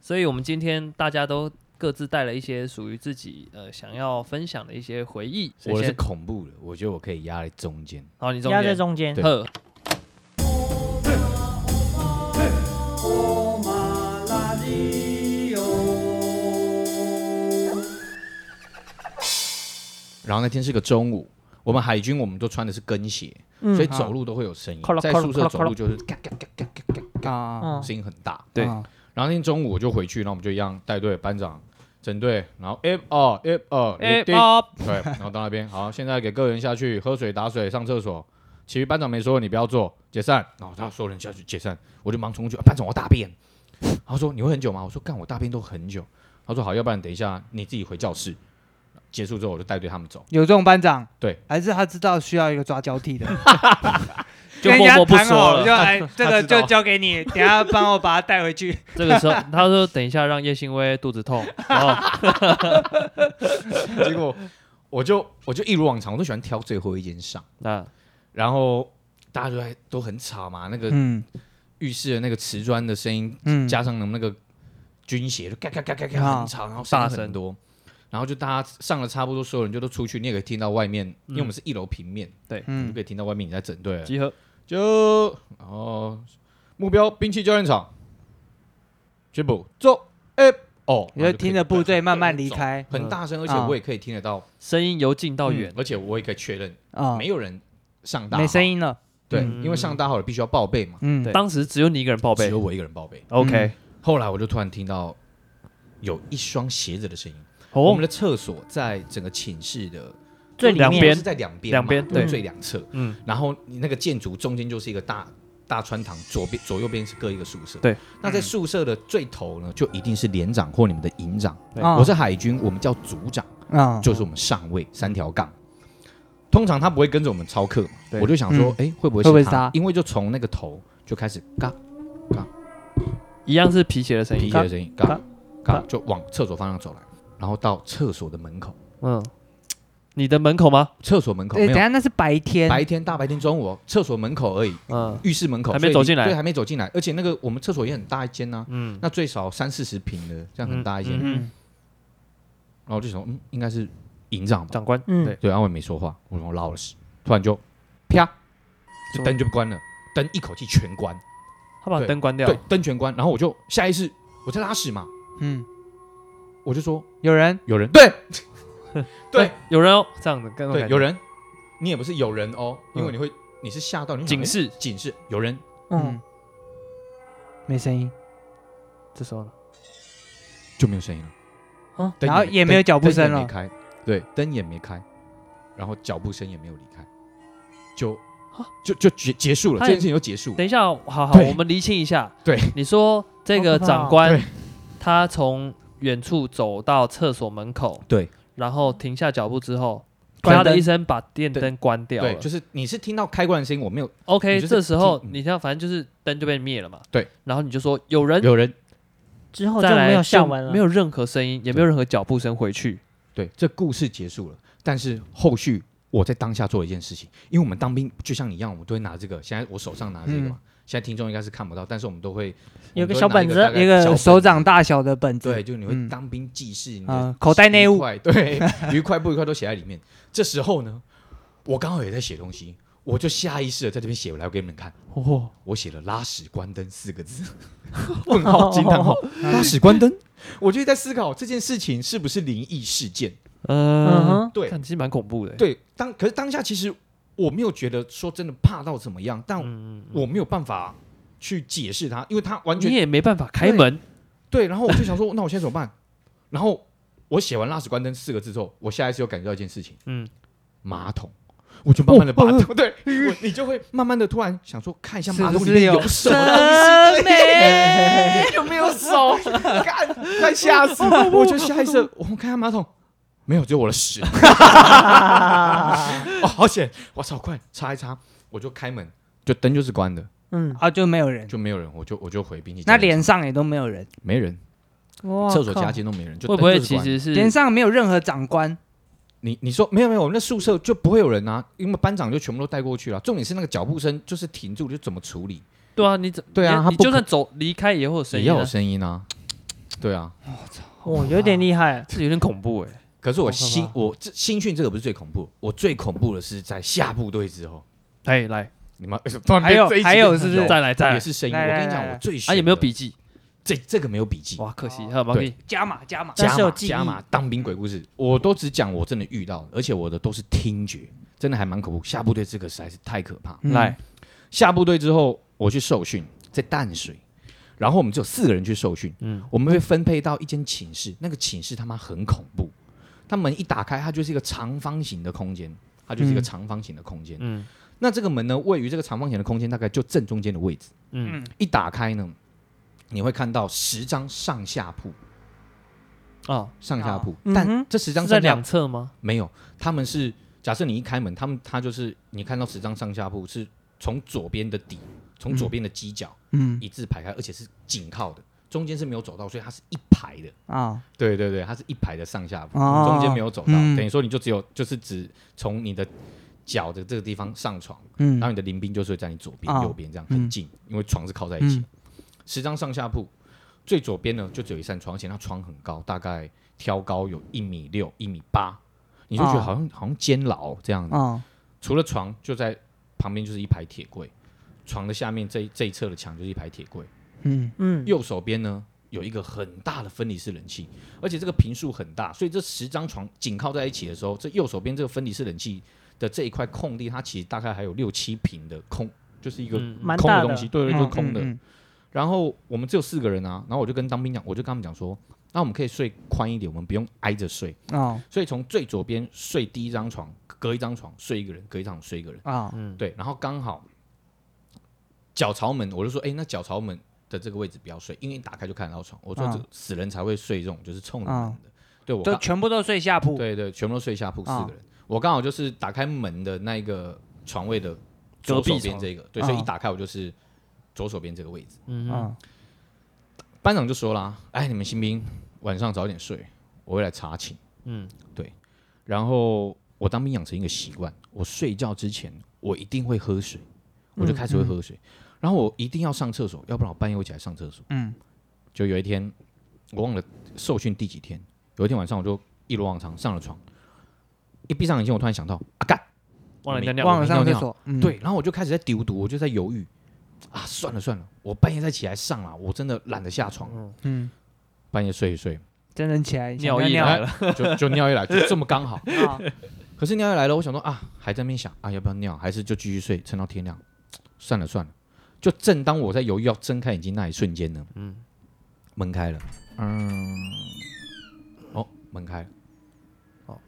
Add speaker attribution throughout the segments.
Speaker 1: 所以我们今天大家都各自带了一些属于自己呃想要分享的一些回忆。谁
Speaker 2: 我是
Speaker 1: 先
Speaker 2: 恐怖的，我觉得我可以压在中间。
Speaker 1: 好，你中
Speaker 3: 压在
Speaker 1: 间。
Speaker 3: 中间
Speaker 2: 对，
Speaker 1: 呵，
Speaker 2: 然后那天是个中午，我们海军我们都穿的是跟鞋，
Speaker 3: 嗯
Speaker 2: 所以走路都会有声音
Speaker 3: 咔啦。
Speaker 2: 在
Speaker 3: 咔啦
Speaker 2: 宿
Speaker 3: 咔
Speaker 2: 舍
Speaker 3: 啦
Speaker 2: 走
Speaker 3: 咔啦
Speaker 2: 路就是
Speaker 4: 嗯
Speaker 2: 嘎嘎嘎嘎嘎嘎嘎
Speaker 4: 啊，
Speaker 3: 嗯
Speaker 2: 声音很大。
Speaker 1: 对
Speaker 4: 啊
Speaker 2: 然后那天中午我就回去，然后我们就一样带队班长。整队，然后 F 二 F 二
Speaker 1: 哎、
Speaker 2: 对，
Speaker 1: 爸
Speaker 2: 然后到那边，好，现在给各人下去喝水、打水、上厕所。其余班长没说，你不要做，解散。然后他说人下去解散，我就忙冲过去、啊，班长我大便。他说你会很久吗？我说干，我大便都很久。他说好，要不然等一下你自己回教室。结束之后我就带队他们走。
Speaker 4: 有这种班长，
Speaker 2: 对，
Speaker 4: 还是他知道需要一个抓交替的，
Speaker 1: 就
Speaker 4: 跟人
Speaker 1: 默
Speaker 4: 家
Speaker 1: 默不
Speaker 4: 谈好
Speaker 1: 说
Speaker 4: 就
Speaker 1: 了。
Speaker 4: 哎，这个
Speaker 2: 知道
Speaker 4: 就交给你，等一下帮我把他带回去。
Speaker 1: 这个时候他说：“等一下，让叶欣薇肚子 痛。”然后
Speaker 2: 结果我就我就一如往常，我都喜欢挑最后一间上。
Speaker 1: 那
Speaker 2: 然后大家都还都很吵嘛，那个
Speaker 4: 嗯
Speaker 2: 浴室的那个瓷砖的声音
Speaker 4: 嗯
Speaker 2: 加上那个军鞋，就嘎嘎嘎嘎嘎
Speaker 4: 啊
Speaker 2: 很吵，然后声音很多，然后就大家上了差不多，所有人就都出去，你也可以听到外面，
Speaker 1: 嗯
Speaker 2: 因为我们是一楼平面，你就
Speaker 4: 嗯
Speaker 2: 可以听到外面你在整队了，
Speaker 1: 集合，
Speaker 2: 就然后目标兵器教练场，全部走，哎、哦，
Speaker 4: 你就听着部队慢慢离
Speaker 2: 开。
Speaker 4: 开
Speaker 2: 很大声，而且
Speaker 4: 啊
Speaker 2: 我也可以听得到，
Speaker 1: 声音由近到远。
Speaker 2: 而且我也可以确认
Speaker 4: 啊，
Speaker 2: 没有人上大，
Speaker 4: 没声，音了，
Speaker 2: 对，
Speaker 1: 嗯
Speaker 2: 因为上大号了必须要报备嘛，
Speaker 4: 嗯
Speaker 1: 当时只有你一个人报
Speaker 2: 只
Speaker 1: 备
Speaker 2: 有。嗯我一个人报备。
Speaker 1: OK，、
Speaker 2: 后来我就突然听到有一双鞋子的声音。我
Speaker 1: 哦
Speaker 2: 们，的厕所在整个寝室的
Speaker 3: 最里
Speaker 1: 两
Speaker 3: 面
Speaker 1: 边
Speaker 2: 是在两边嘛，
Speaker 1: 两边
Speaker 2: 对
Speaker 1: 对
Speaker 2: 最两侧。
Speaker 1: 嗯，
Speaker 2: 然后你那个建筑中间就是一个大大穿堂，左边左右边是各一个宿舍。
Speaker 1: 对，
Speaker 2: 那在宿舍的最头呢，就一定是连长或你们的营长。
Speaker 1: 对
Speaker 4: 啊
Speaker 2: 我是海军，我们叫组长，
Speaker 4: 啊，
Speaker 2: 就是我们上尉三条杠。通常他不会跟着我们操课嘛，
Speaker 1: 对
Speaker 2: 我就想说，哎，会不会
Speaker 4: 会不会
Speaker 2: 是
Speaker 4: 是
Speaker 2: 他
Speaker 4: 他？
Speaker 2: 因为就从那个头就开始嘎
Speaker 1: 一样是皮鞋的声
Speaker 2: 皮
Speaker 1: 音。
Speaker 2: 鞋的声音，嘎
Speaker 3: 嘎
Speaker 2: 嘎
Speaker 3: 嘎
Speaker 2: 就往厕所方向走来，然后到厕所的门口，
Speaker 1: 嗯，你的门口吗？
Speaker 2: 厕所门口
Speaker 4: 对，
Speaker 2: 没有
Speaker 4: 等一下那是白天，
Speaker 2: 白天大白天中午哦厕所门口而已，
Speaker 1: 嗯
Speaker 2: 浴室门口
Speaker 1: 还没
Speaker 2: 所以
Speaker 1: 走
Speaker 2: 你
Speaker 1: 进来
Speaker 2: 对，还没走进来。而且那个我们厕所也很大一间呐，
Speaker 1: 嗯，
Speaker 2: 那最少三四十平的，这样很大一间。
Speaker 1: 嗯
Speaker 4: 嗯
Speaker 2: 然后我就想，嗯，应该是营长吧。
Speaker 1: 长官。
Speaker 3: 嗯
Speaker 1: 对，
Speaker 2: 对，然后我也没说话，我我老实，突然就啪，就灯就关了，灯一口气全关，
Speaker 1: 他把
Speaker 2: 对
Speaker 1: 灯关掉。
Speaker 2: 对，灯全关。然后我就下意识我在拉屎嘛，
Speaker 4: 嗯，
Speaker 2: 我就说
Speaker 4: 有人
Speaker 2: 有人，对 对
Speaker 1: 哎，有人哦，这样的，跟
Speaker 2: 对，有人，你也不是有人哦，因
Speaker 1: 嗯
Speaker 2: 为你会你是吓到你会想
Speaker 1: 警
Speaker 2: 诶
Speaker 1: 示。
Speaker 2: 警示有人，
Speaker 4: 嗯
Speaker 3: 嗯，
Speaker 4: 没声音，
Speaker 1: 这时候呢？
Speaker 2: 就没有声音了。
Speaker 3: 哦
Speaker 2: 灯
Speaker 4: 然后
Speaker 2: 没
Speaker 4: 也没有
Speaker 2: 灯
Speaker 4: 脚步声
Speaker 2: 灯也没
Speaker 4: 了
Speaker 2: 开，对，灯也没开，然后脚步声也没有离开，就
Speaker 4: 哦
Speaker 1: 啊
Speaker 2: 就就结结束了，
Speaker 1: 他
Speaker 2: 这
Speaker 1: 也
Speaker 2: 件事情就结束了。
Speaker 1: 等一下哦，好好，
Speaker 2: 嗯对
Speaker 1: 我们厘清一下。
Speaker 2: 对，
Speaker 1: 你说这个
Speaker 3: 好可怕哦
Speaker 1: 长官
Speaker 2: 对，
Speaker 1: 他从远处走到厕所门口，
Speaker 2: 对，
Speaker 1: 然后停下脚步之后，
Speaker 2: 关
Speaker 1: 啪的
Speaker 2: 灯
Speaker 1: 一声把电
Speaker 2: 对
Speaker 1: 灯关掉
Speaker 2: 对，
Speaker 1: 了
Speaker 2: 就。是你是听到开关的声音，我没有
Speaker 1: OK，
Speaker 2: 你就是
Speaker 1: 这时候
Speaker 2: 听嗯
Speaker 1: 你看，反正就是灯就被灭了嘛。
Speaker 2: 对，
Speaker 1: 然后你就说有人，
Speaker 2: 有
Speaker 4: 嗯
Speaker 2: 人。
Speaker 3: 之哦后就
Speaker 1: 再来
Speaker 3: 没有下文了，
Speaker 1: 没有任何声音，也没有任何脚步声回去。
Speaker 2: 对，这故事结束了，但是后续我在当下做了一件事情，因为我们当兵就像你一样，我们都会拿这个，现在我手上拿这个嘛，
Speaker 4: 嗯
Speaker 2: 现在听众应该是看不到，但是我们都会
Speaker 3: 有
Speaker 2: 我们
Speaker 3: 个
Speaker 2: 都会
Speaker 3: 小
Speaker 2: 拿
Speaker 3: 本子
Speaker 2: 大概
Speaker 4: 一
Speaker 2: 小
Speaker 4: 个
Speaker 2: 本
Speaker 4: 手掌大小的本子，
Speaker 2: 对，就你会
Speaker 4: 嗯
Speaker 2: 当兵记事，你的
Speaker 4: 啊，口袋内
Speaker 2: 愉
Speaker 4: 务，
Speaker 2: 快对，愉快不愉快都写在里面。这时候呢，我刚好也在写东西，我就下意识的在这边写，我来我给你们看，
Speaker 1: 哦，
Speaker 2: 我写了“拉屎关灯”四个字，问号惊 叹号，拉屎关灯，我就在思考这件事情是不是灵异事件。
Speaker 3: 嗯
Speaker 1: 嗯，
Speaker 3: 哼，
Speaker 2: 对
Speaker 1: 看其实蛮恐怖的。，欸
Speaker 2: 对，当可是当下其实我没有觉得说真的怕到怎么样，但
Speaker 1: 嗯，
Speaker 2: 我没有办法去解释它，因为它完
Speaker 1: 你
Speaker 2: 全
Speaker 1: 也没办法开门。
Speaker 2: 对。然后我就想说，那我现在怎么办？然后我写完“拉屎关灯”四个字之后，我下一次又感觉到一件事情。
Speaker 1: 嗯，
Speaker 2: 马桶，我就慢慢的把桶， 对，我你就会慢慢的突然想说，看一下
Speaker 4: 是
Speaker 2: 马
Speaker 4: 不
Speaker 2: 桶里
Speaker 4: 是
Speaker 2: 面
Speaker 4: 有
Speaker 2: 有什么东西，
Speaker 3: 美，
Speaker 2: 有没有手？看，快吓死我！我就下意识，我看下马桶，没有，只有我的屎。哦，好险！我操，快擦一擦！我就开门，就灯就是关的，
Speaker 3: 嗯，
Speaker 4: 啊，就没有人，
Speaker 2: 就没有人，我就我就回宾夕。
Speaker 4: 那脸上也都没有人，
Speaker 2: 没人，
Speaker 3: 哇
Speaker 2: 厕所加
Speaker 3: 靠
Speaker 2: 间都没人，就
Speaker 1: 会不会
Speaker 2: 灯就是
Speaker 1: 其
Speaker 2: 关的
Speaker 1: 实是
Speaker 4: 脸上没有任何长官，
Speaker 2: 你你说没有没有，我们那宿舍就不会有人啊，因为班长就全部都带过去了。重点是那个脚步声就是停住，就怎么处理？
Speaker 1: 对啊，你怎
Speaker 2: 对啊
Speaker 1: 你
Speaker 2: 他
Speaker 1: 你
Speaker 2: 不
Speaker 1: 就
Speaker 2: 可
Speaker 1: 算走离开也会有声
Speaker 2: 也
Speaker 1: 音
Speaker 2: 要有
Speaker 1: 啊。
Speaker 2: 声音啊。对啊，
Speaker 3: 哦，有点厉害，
Speaker 1: 这有点恐怖哎、
Speaker 2: 可是我
Speaker 1: 好可怕
Speaker 2: 新我这新训这个不是最恐怖，我最恐怖的是在下部队之后，
Speaker 1: 哎，来，
Speaker 2: 你们突然
Speaker 4: 还有
Speaker 2: 被这一集
Speaker 4: 还有是不是
Speaker 2: 有
Speaker 1: 再来，再
Speaker 2: 也
Speaker 1: 来。
Speaker 2: 是声音？
Speaker 4: 来
Speaker 2: 我
Speaker 4: 来
Speaker 2: 跟你讲，
Speaker 4: 来
Speaker 2: 我最选
Speaker 1: 啊，有没有
Speaker 2: 的
Speaker 1: 笔记？
Speaker 2: 这这个没有笔记，
Speaker 1: 哇，可惜，
Speaker 4: 哦
Speaker 1: 还有毛
Speaker 2: 对
Speaker 1: 笔。
Speaker 4: 加码加码，
Speaker 3: 但
Speaker 2: 加
Speaker 3: 是有
Speaker 2: 码
Speaker 3: 记忆
Speaker 2: 加码当兵鬼故事，我都只讲我真的遇到的，而且我的都是听觉，真的还蛮恐怖。下部队这个实在是太可怕。
Speaker 4: 嗯
Speaker 1: 来，
Speaker 2: 下部队之后，我去受训，在淡水，然后我们只有四个人去受训，
Speaker 1: 嗯
Speaker 2: 我们被分配到一间寝室，那个寝室他妈很恐怖，他门一打开，它就是一个长方形的空间，它就是一个
Speaker 4: 嗯
Speaker 2: 长方形的空间。
Speaker 1: 嗯
Speaker 2: 那这个门呢，位于这个长方形的空间大概就正中间的位置。
Speaker 1: 嗯，
Speaker 2: 一打开呢，你会看到十张上下铺，
Speaker 1: 哦，
Speaker 2: 上下铺，
Speaker 4: 嗯
Speaker 2: 但
Speaker 4: 哼
Speaker 2: 这十张
Speaker 1: 是在
Speaker 2: 上下
Speaker 1: 两侧吗？
Speaker 2: 没有，他们是假设你一开门，他们他就是你看到十张上下铺是从左边的底，从左边的犄角、
Speaker 4: 嗯
Speaker 2: 一字排开，而且是紧靠的，中间是没有走道，所以它是一排的。
Speaker 4: 啊
Speaker 2: 对对对，它是一排的上下铺，
Speaker 4: 哦
Speaker 2: 中间没有走道，
Speaker 4: 嗯
Speaker 2: 等于说你就只有就是只从你的脚的这个地方上床，
Speaker 4: 嗯
Speaker 2: 然后你的临兵就是会在你左边、
Speaker 4: 哦
Speaker 2: 右边这样很近，因为床是靠在一起。
Speaker 4: 嗯
Speaker 2: 十张上下铺，最左边呢就只有一扇窗，而且那窗很高，大概挑高有一米六、一米八，你就觉得
Speaker 4: 哦
Speaker 2: 好像、好像监牢这样子。
Speaker 4: 啊
Speaker 2: 除了床，就在旁边就是一排铁柜，床的下面这一这一侧的墙就是一排铁柜。
Speaker 4: 嗯
Speaker 3: 嗯，
Speaker 2: 右手边呢有一个很大的分离式冷气，而且这个频数很大，所以这十张床紧靠在一起的时候，这右手边这个分离式冷气的这一块空地，它其实大概还有六七平的空，就是一个
Speaker 1: 嗯，
Speaker 3: 蛮
Speaker 2: 空
Speaker 3: 大
Speaker 2: 的
Speaker 3: 的
Speaker 2: 东西，对对，就
Speaker 4: 嗯
Speaker 2: 是空的。
Speaker 4: 嗯
Speaker 2: 然后我们只有四个人啊，然后我就跟当兵讲，我就跟他们讲说，那我们可以睡宽一点，我们不用挨着睡，
Speaker 4: 嗯哦
Speaker 2: 所以从最左边睡第一张床，隔一张床睡一个人，隔一张床睡一个人。
Speaker 4: 啊
Speaker 1: 嗯，
Speaker 2: 对，然后刚好脚朝门，我就说，哎、那脚朝门的这个位置不要睡，因为一打开就看得到床。我说，
Speaker 4: 嗯
Speaker 2: 这死人才会睡这种就是冲着
Speaker 4: 嗯
Speaker 2: 门的。对我
Speaker 4: 都
Speaker 2: 刚，
Speaker 4: 全部都睡下铺，
Speaker 2: 对对，全部都睡下铺四
Speaker 4: 嗯
Speaker 2: 个人，我刚好就是打开门的那一个床位的
Speaker 1: 隔
Speaker 2: 左
Speaker 1: 壁
Speaker 2: 手边
Speaker 1: 床
Speaker 2: 这个，对，所以一
Speaker 4: 嗯
Speaker 2: 打开我就是左手边这个位置。
Speaker 1: 嗯哼
Speaker 4: 啊
Speaker 2: 班长就说啦，哎，你们新兵晚上早点睡，我会来查寝。
Speaker 1: 嗯，
Speaker 2: 然后我当兵养成一个习惯，我睡觉之前我一定会喝水，
Speaker 4: 嗯
Speaker 2: 我就开始会喝水，然后我一定要上厕所，要不然我半夜会起来上厕所。
Speaker 4: 嗯
Speaker 2: 就有一天我忘了受训第几天，有一天晚上我就一如往常上了床，一闭上眼睛，我突然想到啊干，
Speaker 1: 忘了
Speaker 2: 没
Speaker 1: 尿尿，
Speaker 4: 忘了
Speaker 2: 没
Speaker 4: 上
Speaker 2: 尿
Speaker 4: 厕
Speaker 2: 尿
Speaker 4: 所，嗯
Speaker 2: 对，然后我就开始在丢毒，我就在犹豫啊，算了算了，我半夜再起来上啊，我真的懒得下床，
Speaker 1: 嗯，
Speaker 4: 嗯，
Speaker 2: 半夜睡一睡
Speaker 4: 真人起来
Speaker 1: 尿意
Speaker 4: 想
Speaker 1: 来
Speaker 4: 尿
Speaker 1: 了，
Speaker 2: 就就尿意来，就这么刚好。
Speaker 4: 尿啊
Speaker 2: 可是尿意来了，我想说啊，还在那边想啊，要不要尿，还是就继续睡，撑到天亮。算了算了，就正当我在犹豫要睁开眼睛那一瞬间呢，嗯，门开了，嗯，哦，门开了，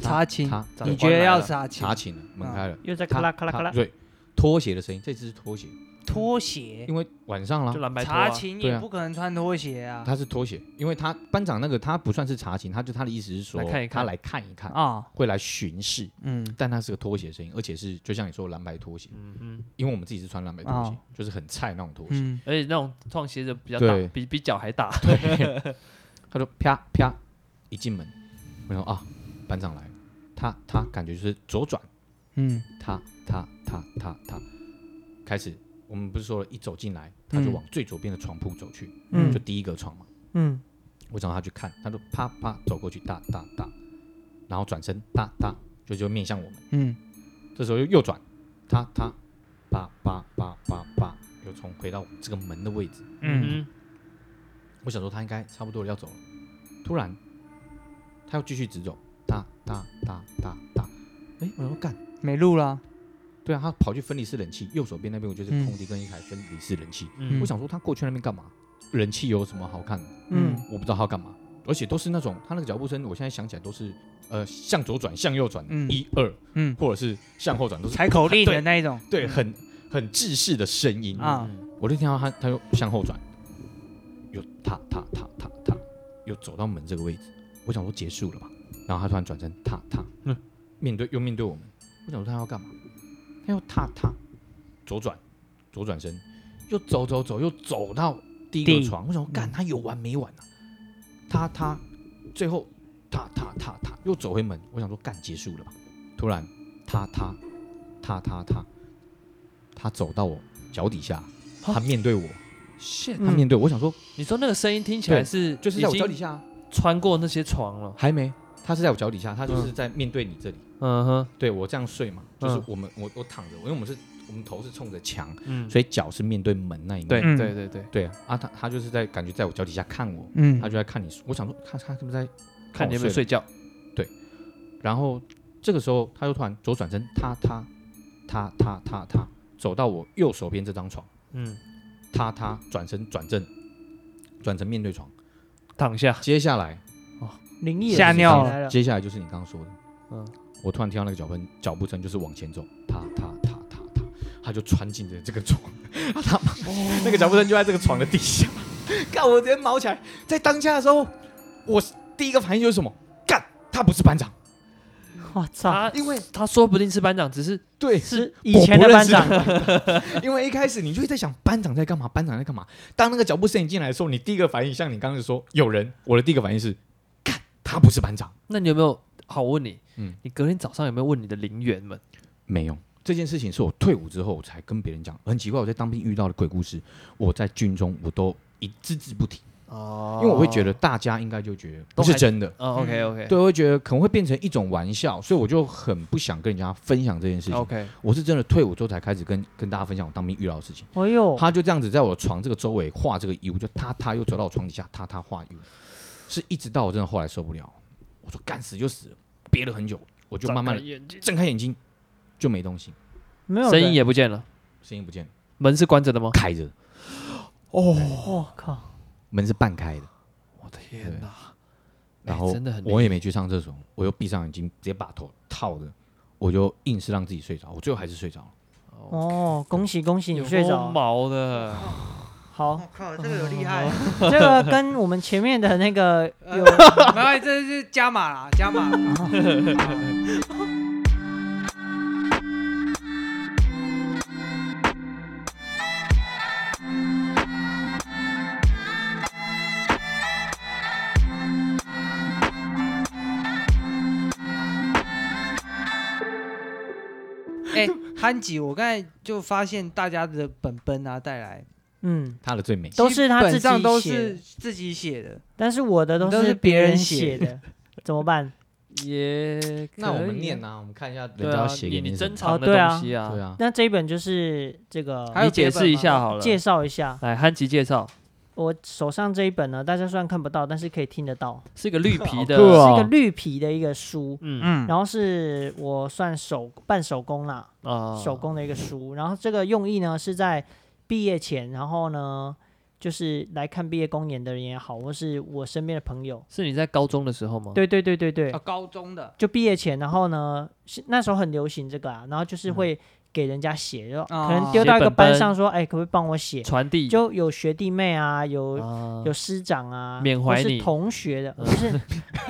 Speaker 4: 查寝，
Speaker 2: 他
Speaker 1: 长
Speaker 4: 你
Speaker 1: 官
Speaker 4: 觉得
Speaker 1: 来
Speaker 4: 要
Speaker 1: 了
Speaker 4: 查寝
Speaker 2: 查？寝了，门开了，
Speaker 3: 又在
Speaker 2: 咔
Speaker 3: 嗯咔啦咔啦咔啦，
Speaker 2: 对，拖鞋的声音，这只是拖鞋，
Speaker 4: 拖鞋，
Speaker 2: 因为晚上
Speaker 1: 就
Speaker 2: 了，
Speaker 1: 蓝白拖啊
Speaker 4: 查寝
Speaker 2: 对
Speaker 4: 也
Speaker 2: 啊
Speaker 4: 不可能穿拖鞋啊
Speaker 2: 他是拖鞋，因为他班长那个他不算是查寝，他就他的意思是说，
Speaker 1: 来看一看
Speaker 2: 他来看一看，
Speaker 4: 啊，
Speaker 2: 会来巡视，
Speaker 4: 嗯
Speaker 2: 但它是个拖鞋的声音，而且是就像你说的蓝白拖鞋，
Speaker 1: 嗯哼，
Speaker 2: 因为我们自己是穿蓝白拖鞋，
Speaker 4: 哦
Speaker 2: 就是很菜那种拖鞋。
Speaker 4: 嗯
Speaker 1: 而且那种创鞋子比较大
Speaker 2: 对，
Speaker 1: 比比脚还大，
Speaker 2: 他说啪啪，一进门，我说啊，班长来了，他他感觉就是左转，
Speaker 4: 嗯
Speaker 2: 他他他他他，开始我们不是说了一走进来，他就
Speaker 4: 嗯
Speaker 2: 往最左边的床铺走去，
Speaker 4: 嗯
Speaker 2: 就第一个床嘛，
Speaker 3: 嗯，
Speaker 2: 我找他去看，他就啪啪走过去，哒哒哒，然后转身哒哒，就就面向我们，
Speaker 4: 嗯
Speaker 2: 这时候又右转，他他叭叭叭叭叭，又从回到这个门的位置，
Speaker 4: 嗯
Speaker 1: 嗯
Speaker 2: 我想说他应该差不多了要走了，突然他又继续直走，哒哒哒哒哒，哎、我想说干，
Speaker 4: 没路了，
Speaker 2: 对啊，他跑去分离式冷气，右手边那边我就是
Speaker 4: 嗯
Speaker 2: 空地跟一台分离式冷气，
Speaker 1: 嗯
Speaker 2: 我想说他过去那边干嘛？冷气有什么好看的？
Speaker 3: 嗯
Speaker 2: 我不知道他要干嘛，而且都是那种他那个脚步声，我现在想起来都是呃向左转、向右转，
Speaker 4: 嗯
Speaker 2: 一二，
Speaker 4: 嗯，
Speaker 2: 或者是向后转，都是
Speaker 4: 踩口令的
Speaker 2: 对
Speaker 4: 那一种，
Speaker 2: 对，很很制式的声音
Speaker 4: 啊
Speaker 1: 嗯
Speaker 2: 我就听到他，他又向后转，又踏踏踏踏踏，又走到门这个位置。我想说结束了吧，然后他突然转身踏踏，
Speaker 1: 嗯
Speaker 2: 面对又面对我们。我想说他要干嘛？他又踏踏，左转，左转身，又走走走，又走到第一个
Speaker 4: 地
Speaker 2: 床。我想说干他有完没完啊？他他最后踏踏踏踏又走回门。我想说干结束了吧？突然他他
Speaker 1: 啊
Speaker 2: 他他他他走到我脚底下，他面对我， shit，
Speaker 3: 嗯
Speaker 2: 他面对我想说，
Speaker 1: 你说那个声音听起来
Speaker 2: 对
Speaker 1: 是
Speaker 2: 就是
Speaker 1: 已
Speaker 2: 在我脚底
Speaker 1: 经
Speaker 2: 下啊，
Speaker 1: 穿过那些床了，
Speaker 2: 还没，他是在我脚底下，他就是在面对你这里，
Speaker 1: 嗯哼，
Speaker 2: 对我这样睡嘛，就是
Speaker 1: 嗯
Speaker 2: 我们我我躺着，因为我们是我们头是冲着墙，
Speaker 1: 嗯，
Speaker 2: 所以脚是面对门那一面，
Speaker 1: 对
Speaker 4: 嗯
Speaker 1: 对对对，
Speaker 2: 对啊，他他就是在感觉在我脚底下看我，
Speaker 4: 嗯
Speaker 2: 他就在看你，我想说他他是不是在
Speaker 1: 看你有没有
Speaker 2: 我
Speaker 1: 睡
Speaker 2: 睡
Speaker 1: 觉，
Speaker 2: 了？然后这个时候他又突然左转身，他他他他他他走到我右手边这张床，
Speaker 1: 嗯，
Speaker 2: 他他转身转正，转成面对床。
Speaker 1: 躺下，
Speaker 2: 接下来
Speaker 3: 灵异的
Speaker 4: 吓
Speaker 3: 事情
Speaker 4: 尿
Speaker 3: 来了，
Speaker 2: 接下来就是你刚刚说的，
Speaker 1: 嗯，
Speaker 2: 我突然听到那个脚步脚步声，就是往前走，他他他他他，他就穿进了这个床， 啊他妈、
Speaker 1: 哦
Speaker 2: 那个脚步声就在这个床的底下， 干我直接毛起来。在当下的时候，我第一个反应就是什么？干，他不是班长，
Speaker 3: 我操，
Speaker 1: 他因为他说不定是班长，只是
Speaker 2: 对，
Speaker 3: 是以前的班长，
Speaker 2: 因为一开始你就会在想班长在干嘛，班长在干嘛。当那个脚步声一进来的时候，你第一个反应像你刚才说有人，我的第一个反应是，干，他不是班长，
Speaker 1: 那你有没有？好，我问你，
Speaker 2: 嗯
Speaker 1: 你隔天早上有没有问你的陵园们？
Speaker 2: 没有。这件事情是我退伍之后我才跟别人讲，很奇怪，我在当兵遇到的鬼故事，我在军中我都一字字不提，
Speaker 1: 哦
Speaker 2: 因为我会觉得大家应该就觉得
Speaker 1: 都
Speaker 2: 不
Speaker 1: 还
Speaker 2: 是真的，
Speaker 1: 哦，OK OK，
Speaker 2: 对，我会觉得可能会变成一种玩笑，所以我就很不想跟人家分享这件事情。
Speaker 1: ，OK，
Speaker 2: 我是真的退伍之后才开始跟跟大家分享我当兵遇到的事情。
Speaker 3: 哎
Speaker 1: 哦
Speaker 3: 呦，
Speaker 2: 他就这样子在我的床这个周围画这个 U，就他他又走到我床底下，他他画 U，是一直到我真的后来受不了，我说干死就死了，憋了很久，我就慢慢
Speaker 1: 张
Speaker 2: 的
Speaker 1: 开眼睛，
Speaker 2: 睁开眼睛就没东西，
Speaker 3: 没有
Speaker 1: 声音
Speaker 3: 也，
Speaker 1: 也不见了，
Speaker 2: 声音不见了，
Speaker 1: 门是关着的吗？
Speaker 2: 开着，
Speaker 3: 我靠，
Speaker 2: 门是半开的，
Speaker 1: 我的天哪！
Speaker 2: 然
Speaker 1: 哎
Speaker 2: 后
Speaker 1: 真的很厉害，
Speaker 2: 我也没去上厕所，我又闭上眼睛，直接把头套着，我就硬是让自己睡着，我最后还是睡着了。
Speaker 3: 哦，恭喜恭喜，你
Speaker 1: 有
Speaker 3: 睡
Speaker 1: 够
Speaker 3: 着了，
Speaker 1: 毛的，
Speaker 3: 好，
Speaker 4: 我哦靠，这个有厉害，
Speaker 3: 这个跟我们前面的那个有
Speaker 4: 没有，这是加码啦，加 码啦。哎，憨吉，我刚才就发现大家的本本啊带来，
Speaker 3: 嗯，
Speaker 2: 他的最美，
Speaker 3: 都是他自
Speaker 4: 基本上
Speaker 3: 己
Speaker 4: 都
Speaker 3: 写
Speaker 4: 是
Speaker 3: 的，
Speaker 4: 自己写的。
Speaker 3: 但是我的都
Speaker 4: 都是
Speaker 3: 是
Speaker 4: 别
Speaker 3: 别
Speaker 4: 人
Speaker 3: 人
Speaker 4: 写
Speaker 3: 写的，怎么办？
Speaker 1: 也可
Speaker 2: 那我们
Speaker 1: 以
Speaker 2: 念啊，我们看一下人
Speaker 1: 对
Speaker 2: 家要
Speaker 1: 啊，
Speaker 2: 写
Speaker 1: 你
Speaker 2: 给
Speaker 1: 你
Speaker 2: 什
Speaker 1: 珍
Speaker 2: 么
Speaker 1: 藏的
Speaker 3: 哦对啊
Speaker 1: 东西啊，
Speaker 2: 对啊，
Speaker 3: 那这一本就是这个
Speaker 4: 还有
Speaker 1: 你解
Speaker 4: 别本
Speaker 1: 释一
Speaker 4: 吗
Speaker 1: 下好了。
Speaker 3: 介绍一下，
Speaker 1: 来，憨吉介绍
Speaker 3: 我手上这一本呢，大家虽然看不到，但是可以听得到，
Speaker 1: 是一个绿皮的，
Speaker 2: 好酷哦
Speaker 3: 是一个绿皮的一个书，
Speaker 1: 嗯
Speaker 4: 嗯
Speaker 3: 然后是我算手半手工啦，
Speaker 1: 啊，
Speaker 3: 手工的一个书。然后这个用意呢是在毕业前，然后呢就是来看毕业公演的人也好，或是我身边的朋友，
Speaker 1: 是你在高中的时候吗？
Speaker 3: 对对对对对
Speaker 4: 啊，，高中的
Speaker 3: 就毕业前，然后呢是那时候很流行这个啊，然后
Speaker 1: 嗯
Speaker 3: 就是会给人家写，就可能丢到一
Speaker 1: 写
Speaker 3: 个
Speaker 1: 本本
Speaker 3: 班上说，哎，可不可以帮我写？
Speaker 1: 传递
Speaker 3: 就有学弟妹啊，有
Speaker 1: 啊
Speaker 3: 有师长啊，
Speaker 1: 缅怀
Speaker 3: 或是
Speaker 1: 你
Speaker 3: 同学的，
Speaker 1: 嗯
Speaker 3: 不是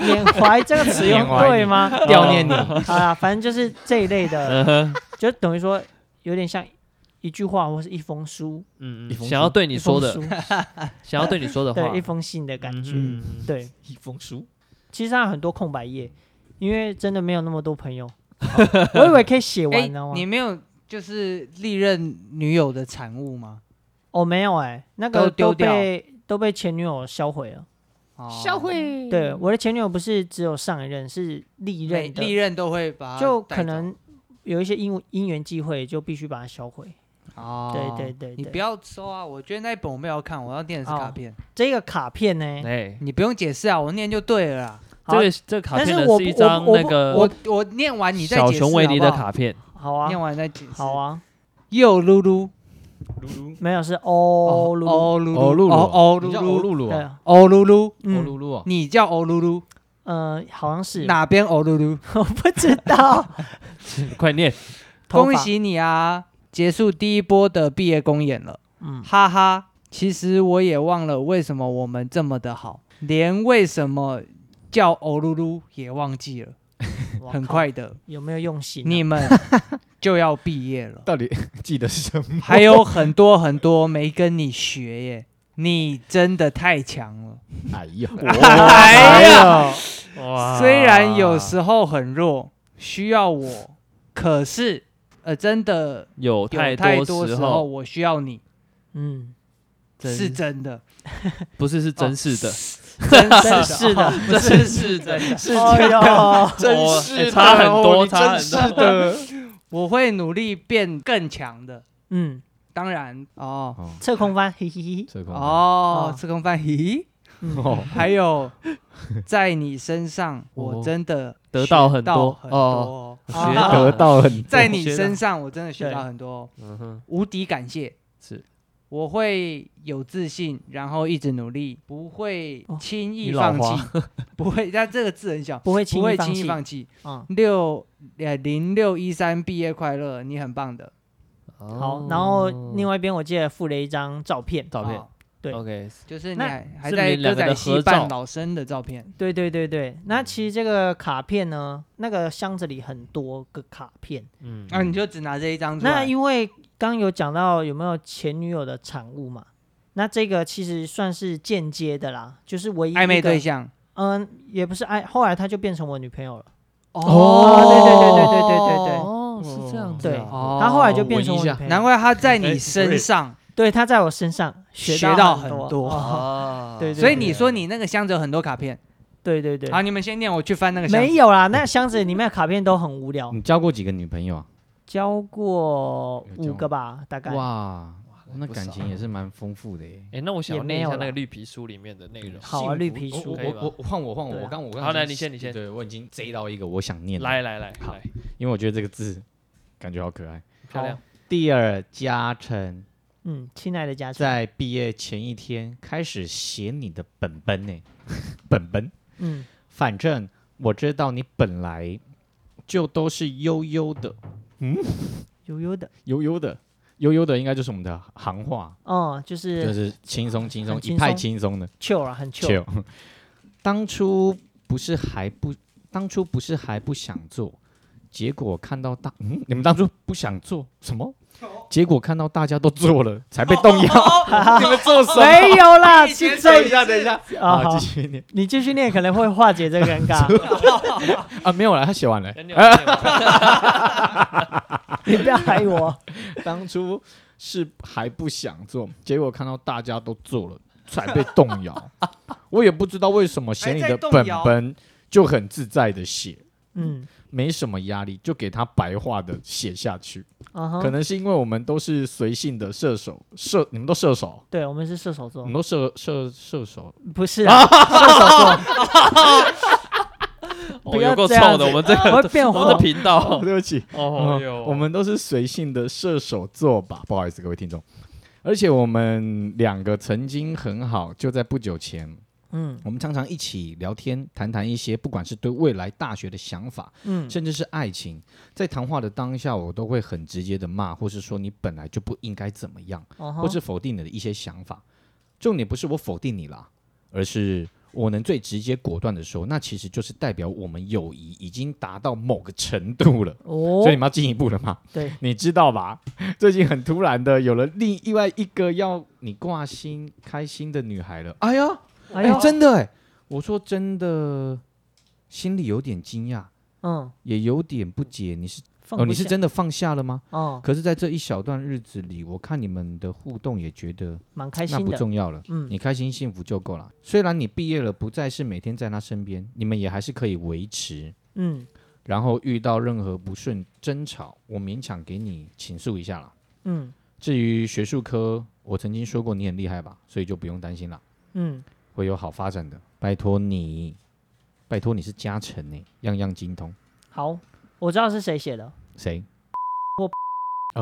Speaker 3: 缅怀这个 词用
Speaker 2: 缅怀你
Speaker 3: 对吗？哦
Speaker 2: 悼念你
Speaker 3: 好啦，反正就是这一类
Speaker 1: 嗯
Speaker 3: 的，就等于说有点像一句话或是一封书，
Speaker 1: 嗯嗯
Speaker 2: 一封
Speaker 1: 想要
Speaker 2: 书
Speaker 1: 对你
Speaker 3: 一
Speaker 1: 说
Speaker 3: 封
Speaker 1: 的
Speaker 3: 书，
Speaker 1: 想要对你说的话
Speaker 3: 对，一封信的感觉。
Speaker 1: 嗯
Speaker 3: 对，
Speaker 2: 一封书，
Speaker 3: 其实它有很多空白页，因为真的没有那么多朋 友，我以为可以写
Speaker 4: 哎
Speaker 3: 完呢。，
Speaker 4: 你没有就是历任女友的产物吗？
Speaker 3: 哦，没有哎，那个
Speaker 4: 都丢
Speaker 3: 都被都被前女友销毁了。
Speaker 4: 销毁
Speaker 3: 对，我的前女友不是只有上一任，是历
Speaker 4: 每
Speaker 3: 任的
Speaker 4: 历任都会把它
Speaker 3: 就
Speaker 4: 带
Speaker 3: 可
Speaker 4: 走
Speaker 3: 能有一些因因缘际会，就必须把它销毁。
Speaker 4: 哦，
Speaker 3: 对对对
Speaker 4: 你
Speaker 3: 对
Speaker 4: 不要收啊！我觉得那一本我没有看，我要念的是卡
Speaker 3: 哦
Speaker 4: 片，
Speaker 3: 这个卡片呢，
Speaker 1: 哎，
Speaker 4: 你不用解释啊，我念就对了啦。
Speaker 3: 好
Speaker 1: 这个这个卡
Speaker 3: 但
Speaker 1: 片
Speaker 3: 是
Speaker 1: 呢
Speaker 3: 我
Speaker 1: 是一
Speaker 3: 不我
Speaker 1: 张
Speaker 3: 不
Speaker 1: 那
Speaker 3: 我
Speaker 1: 个
Speaker 4: 我我念完你再
Speaker 1: 小
Speaker 4: 解释
Speaker 1: 熊维尼
Speaker 4: 好
Speaker 1: 的
Speaker 4: 不好
Speaker 1: 卡片，
Speaker 3: 好啊，
Speaker 4: 念完再解释。
Speaker 3: 好，啊，
Speaker 4: 又噜噜
Speaker 3: 没有是哦噜噜，
Speaker 4: 哦噜
Speaker 2: 哦露露，
Speaker 4: 哦哦
Speaker 2: 你
Speaker 4: 噜
Speaker 2: 叫哦
Speaker 4: 噜
Speaker 2: 露露
Speaker 3: 对
Speaker 1: 哎
Speaker 2: 哦，
Speaker 3: 啊，
Speaker 4: 哦噜噜，
Speaker 2: 哦
Speaker 3: 嗯
Speaker 2: 露露哦，
Speaker 4: 你叫哦噜噜，
Speaker 3: 呃，好像是，
Speaker 4: 哪边哦噜噜？
Speaker 3: 我不知道。
Speaker 1: 快念，
Speaker 3: 头发
Speaker 4: 恭，喜你啊！结束第一波的毕业公演了，
Speaker 3: 嗯，
Speaker 4: 哈哈。其实我也忘了为什么我们这么的好，连为什么叫欧噜噜也忘记了。
Speaker 3: 哇
Speaker 4: 很
Speaker 3: 靠
Speaker 4: 快的，
Speaker 3: 有没有用心啊？
Speaker 4: 你们 就要毕业了，
Speaker 2: 到底 记得是什么？
Speaker 4: 还有很多很多没跟你学耶，你真的太强了。
Speaker 2: 哎 呀，
Speaker 4: 哎呀，
Speaker 1: 哇
Speaker 4: 虽然有时候很弱，需要我，可是呃，真的
Speaker 1: 有
Speaker 4: 有
Speaker 1: 太
Speaker 4: 太多
Speaker 1: 时
Speaker 4: 时候，我需要你。
Speaker 3: 嗯，
Speaker 1: 真
Speaker 4: 是真 的，
Speaker 1: 不是是真是 的，
Speaker 3: 真是的，
Speaker 1: 不是是真的，
Speaker 3: 是
Speaker 4: 哎
Speaker 3: 的，
Speaker 1: 哦
Speaker 2: 真是
Speaker 1: 欸
Speaker 2: 的
Speaker 1: 差很
Speaker 2: 哦
Speaker 1: 多
Speaker 2: 你
Speaker 1: 差
Speaker 2: 真
Speaker 1: 很
Speaker 2: 是的。
Speaker 4: 我会努力变更强的。
Speaker 3: 嗯，
Speaker 4: 当然哦
Speaker 2: 哦，
Speaker 3: 侧空 翻，嘿嘿嘿，
Speaker 2: 这个
Speaker 4: 哦
Speaker 3: 哦，
Speaker 4: 吃空饭，咦，
Speaker 2: 哦，
Speaker 4: 还有在你身上，
Speaker 1: 哦
Speaker 4: 我真的
Speaker 1: 得到很多
Speaker 4: 多很
Speaker 1: 哦
Speaker 4: 多，
Speaker 1: 学
Speaker 3: 啊
Speaker 1: 得
Speaker 2: 得到很
Speaker 4: 在你
Speaker 1: 学到
Speaker 4: 身上我真的学
Speaker 3: 对
Speaker 4: 到很多，
Speaker 1: 嗯哼，
Speaker 4: 无敌感谢。
Speaker 1: 是，
Speaker 4: 我会有自信，然后一直努力，不会
Speaker 3: 哦
Speaker 4: 轻易
Speaker 1: 你老
Speaker 4: 放弃， 不会。但这个字很小，
Speaker 3: 不会
Speaker 4: 不
Speaker 3: 轻
Speaker 4: 会
Speaker 3: 易
Speaker 4: 轻
Speaker 3: 放
Speaker 4: 易
Speaker 3: 弃，
Speaker 4: 放弃。哦
Speaker 3: 嗯，
Speaker 4: 六呃零六一三毕业快乐，你很棒的。
Speaker 3: 好，然后另外一边我记得附了一张照片，
Speaker 1: 哦照片
Speaker 4: 哦
Speaker 3: 对
Speaker 1: o k
Speaker 4: 就是你
Speaker 3: 那
Speaker 4: 还还
Speaker 1: 是
Speaker 4: 在
Speaker 1: 你两
Speaker 4: 歌
Speaker 1: 个的合
Speaker 4: 仔戏
Speaker 1: 照
Speaker 4: 扮老生的照片，
Speaker 3: 对对对对，那其实这个卡片呢，那个箱子里很多个卡片。
Speaker 1: 嗯
Speaker 4: 啊，你就只拿这一张出
Speaker 3: 那
Speaker 4: 来。
Speaker 3: 因为刚有讲到有没有前女友的产物嘛，那这个其实算是间接的啦，就是唯一一个
Speaker 4: 暧昧对，象。
Speaker 3: 嗯，也不是暧，后来她就变成我女朋友了。
Speaker 2: 哦
Speaker 3: 对对对对对对对
Speaker 1: 哦，是这样子
Speaker 3: 对
Speaker 1: 啊，
Speaker 4: 哦
Speaker 3: 她后来就变成我
Speaker 2: 闻一
Speaker 3: 女
Speaker 2: 下
Speaker 3: 朋友，
Speaker 4: 难怪他在你
Speaker 1: 哎
Speaker 4: 身上，
Speaker 3: 对她在我身上
Speaker 4: 学
Speaker 3: 到
Speaker 4: 到
Speaker 3: 很
Speaker 4: 很
Speaker 3: 多。
Speaker 4: 多
Speaker 3: 哦
Speaker 1: 啊
Speaker 3: 对对
Speaker 4: 所以你说你那个箱子有很多卡片。
Speaker 3: 对对对，
Speaker 4: 好，你们先念，我去翻那个箱
Speaker 3: 没
Speaker 4: 子。
Speaker 3: 有啦，那箱子里面的卡片都很无聊，
Speaker 2: 哦你交过几个女朋友啊？
Speaker 3: 交过
Speaker 2: 有交
Speaker 3: 五个吧，大概。
Speaker 2: 哇，那
Speaker 1: 不
Speaker 2: 感
Speaker 1: 少
Speaker 2: 情也是蛮丰富的耶。
Speaker 1: 哎、那我想要
Speaker 3: 也没
Speaker 1: 念一下
Speaker 3: 有
Speaker 1: 那个
Speaker 3: 啦
Speaker 1: 绿皮书里面的内容。
Speaker 3: 好啊
Speaker 2: 幸福
Speaker 3: 绿皮书
Speaker 2: 我
Speaker 1: 可以吧
Speaker 2: 我我我换我换我，
Speaker 3: 对啊
Speaker 2: 我刚我刚
Speaker 1: 好来
Speaker 2: 已经
Speaker 1: 你先你先
Speaker 2: 对我已经贼到一个我想念的，
Speaker 1: 来来来，
Speaker 2: 好
Speaker 1: 来，
Speaker 2: 因为我觉得这个字感觉好可爱。
Speaker 1: 漂亮。
Speaker 2: 第二，嘉诚
Speaker 3: 嗯，亲爱的家长，
Speaker 2: 在毕业前一天开始写你的本本 呢，本本。
Speaker 3: 嗯，
Speaker 2: 反正我知道你本来就都是悠悠的，
Speaker 3: 悠悠的，
Speaker 2: 悠悠的，悠悠的应该就是我们的行话，
Speaker 3: 哦，就
Speaker 2: 就是是轻松轻松
Speaker 3: 很，轻
Speaker 2: 一派
Speaker 3: 松
Speaker 2: 轻松的。
Speaker 3: chill 啦，很 chill。
Speaker 2: chill。当初不是还不，当初不是还不想做，结果看到大，嗯，你们当初不想做什么？结果看到大家都做了，才被动摇。你们做什么？
Speaker 3: 没有啦，
Speaker 4: 以前
Speaker 3: 是这
Speaker 2: 等一下， 等一下，
Speaker 3: 啊，
Speaker 2: 好，
Speaker 3: 好
Speaker 2: 继，续念
Speaker 3: 你继续念可能会化解这个 尴尬，
Speaker 2: 啊，没有了，他写完了。
Speaker 1: 哎
Speaker 2: 哎
Speaker 1: 那你有哦念吗
Speaker 3: 你不要害 我。
Speaker 2: 当初是还不想做，结果看到大家都做了，才被动摇。 我也不知道为什么写你的本本就很自在的写，
Speaker 3: 嗯，
Speaker 2: 没什么压力，就给他白话的写下去。
Speaker 3: 啊
Speaker 1: 哦
Speaker 3: 哈
Speaker 2: 可，能是因为我们都是随性的射手，射你们都射手，
Speaker 3: 对，我们是射手
Speaker 2: 我
Speaker 1: 哦
Speaker 3: 座
Speaker 2: 们，都射射射手，
Speaker 3: 不是啊，射 手
Speaker 1: 哦，
Speaker 3: 不要
Speaker 1: 有够
Speaker 3: 这样
Speaker 1: 臭的，
Speaker 3: 子
Speaker 1: 我们这
Speaker 3: 座
Speaker 1: 个
Speaker 3: 会 变
Speaker 1: 我们的
Speaker 3: 火。
Speaker 1: 频 道。
Speaker 2: 对不起，
Speaker 1: 哦
Speaker 3: 哎
Speaker 1: 哟，
Speaker 2: 我们都是随性的射手座吧？不好意思，各位听众。而且我们两个曾经很好，就在不久前，
Speaker 3: 嗯
Speaker 2: 我们常常一起聊天，谈谈一些不管是对未来大学的想法，
Speaker 3: 嗯，
Speaker 2: 甚至是爱情。在谈话的当下，我都会很直接的骂，或是说你本来就不应该怎么样。
Speaker 3: 啊哈
Speaker 2: 或是否定你的一些想法。重点不是我否定你啦，而是我能最直接果断的说，那其实就是代表我们友谊已经达到某个程度了。
Speaker 3: 哦
Speaker 2: 所以，你们要进一步了嘛？
Speaker 3: 对，
Speaker 2: 你知道吧？最近很突然的有了另另外一个要你挂心开心的女孩了。哎呀，
Speaker 3: 哎
Speaker 2: 哎、
Speaker 3: 呦，
Speaker 2: 真的哎、我说真的，心里有点惊讶，
Speaker 3: 嗯，
Speaker 2: 也有点不解。你是
Speaker 3: 放
Speaker 2: 哦，
Speaker 3: 不
Speaker 2: 你是
Speaker 3: 下，
Speaker 2: 真的放下了吗？
Speaker 3: 哦，
Speaker 2: 可是，在这一小段日子里，我看你们的互动，也觉得
Speaker 3: 蛮开
Speaker 2: 那
Speaker 3: 心
Speaker 2: 不
Speaker 3: 的，
Speaker 2: 重要了，
Speaker 3: 嗯
Speaker 2: 你开心幸福就够了。虽然你毕业了，不再是每天在他身边，你们也还是可以维持。
Speaker 3: 嗯
Speaker 2: 然后遇到任何不顺争吵，我勉强给你倾诉一下啦。
Speaker 3: 嗯
Speaker 2: 至于学术科，我曾经说过你很厉害吧，所以就不用担心啦，
Speaker 3: 嗯，
Speaker 2: 会有好发展的。拜托你，拜托你是嘉诚呢，样样精通。
Speaker 3: 好，我知道是谁写的，
Speaker 2: 谁？
Speaker 3: 我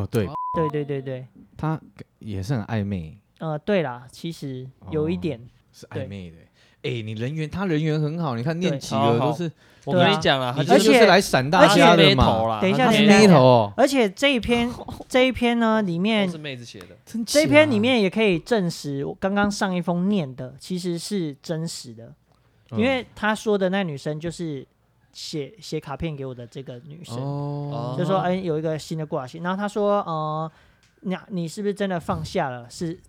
Speaker 2: 哦，对
Speaker 1: 哦
Speaker 3: 对对对对，
Speaker 2: 他也是很暧昧，
Speaker 3: 呃，对啦，其实有一
Speaker 2: 哦
Speaker 3: 点，
Speaker 2: 是
Speaker 3: 对
Speaker 2: 暧昧的。哎，你人缘，他人缘很好，你看念
Speaker 3: 对
Speaker 2: 几
Speaker 1: 好
Speaker 2: 个
Speaker 1: 好
Speaker 2: 都是，
Speaker 1: 我
Speaker 3: 对
Speaker 1: 跟
Speaker 3: 啊
Speaker 1: 你讲了，他就
Speaker 2: 你这
Speaker 3: 而
Speaker 1: 是
Speaker 3: 且
Speaker 2: 就是来闪
Speaker 1: 他
Speaker 2: 大
Speaker 1: 是
Speaker 2: 家的
Speaker 1: 妹
Speaker 2: 嘛
Speaker 1: 头。啦。
Speaker 3: 等一下
Speaker 1: 他
Speaker 2: 他
Speaker 1: 是
Speaker 2: 是
Speaker 3: 等一
Speaker 1: 妹
Speaker 2: 那
Speaker 3: 下
Speaker 1: 头，
Speaker 2: 头，
Speaker 3: 而且这 一篇这一篇呢，里面
Speaker 1: 都
Speaker 2: 啊
Speaker 1: 是妹子写的。
Speaker 2: 真
Speaker 3: 这
Speaker 2: 假啊
Speaker 3: 篇里面也可以证实，我刚刚上一封念的其实是真实的，
Speaker 2: 嗯
Speaker 3: 因为他说的那女生就是写写卡片给我的这个女生，
Speaker 2: 哦
Speaker 3: 就说
Speaker 1: 哦
Speaker 3: 哎、有一个新的挂心，然后他说呃，那你是不是真的放下了？是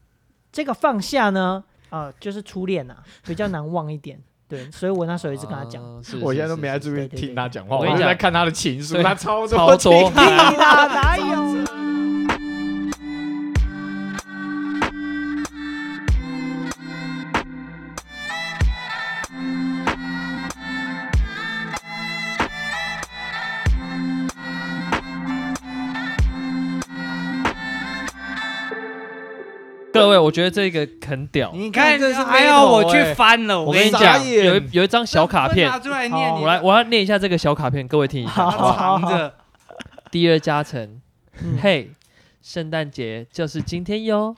Speaker 3: 这个放下呢？啊、就是初恋呐、比较难忘一点。对，所以我那时候一直跟他讲，
Speaker 1: 啊是
Speaker 2: 我现在
Speaker 1: 是
Speaker 2: 都
Speaker 1: 是
Speaker 2: 没在
Speaker 1: 是
Speaker 2: 注意
Speaker 3: 对对
Speaker 2: 听
Speaker 3: 对
Speaker 2: 他讲话，
Speaker 1: 我
Speaker 2: 我
Speaker 1: 跟你
Speaker 2: 都在
Speaker 1: 讲
Speaker 2: 看他的情书，
Speaker 1: 对
Speaker 2: 他超
Speaker 1: 超
Speaker 2: 多
Speaker 1: 多
Speaker 2: 听。
Speaker 3: 屁啦，哪有？
Speaker 1: 各位，我觉得这个很屌。
Speaker 4: 你
Speaker 2: 看
Speaker 4: 看
Speaker 2: 这是，
Speaker 4: 还
Speaker 2: 眉
Speaker 4: 要
Speaker 2: 头
Speaker 4: 我
Speaker 2: 欸
Speaker 4: 去翻了，
Speaker 1: 我
Speaker 4: 跟
Speaker 1: 跟你
Speaker 4: 讲
Speaker 2: 傻
Speaker 1: 讲，
Speaker 2: 眼
Speaker 1: 有 一有一张小卡片哦
Speaker 4: 拿，出来念你，啊
Speaker 1: 我来我要念一下这个小卡片，各位听一下。
Speaker 3: 好
Speaker 4: 它藏 着，
Speaker 1: 第二加成，
Speaker 3: 嗯
Speaker 1: 嘿，圣诞节就是今天哟。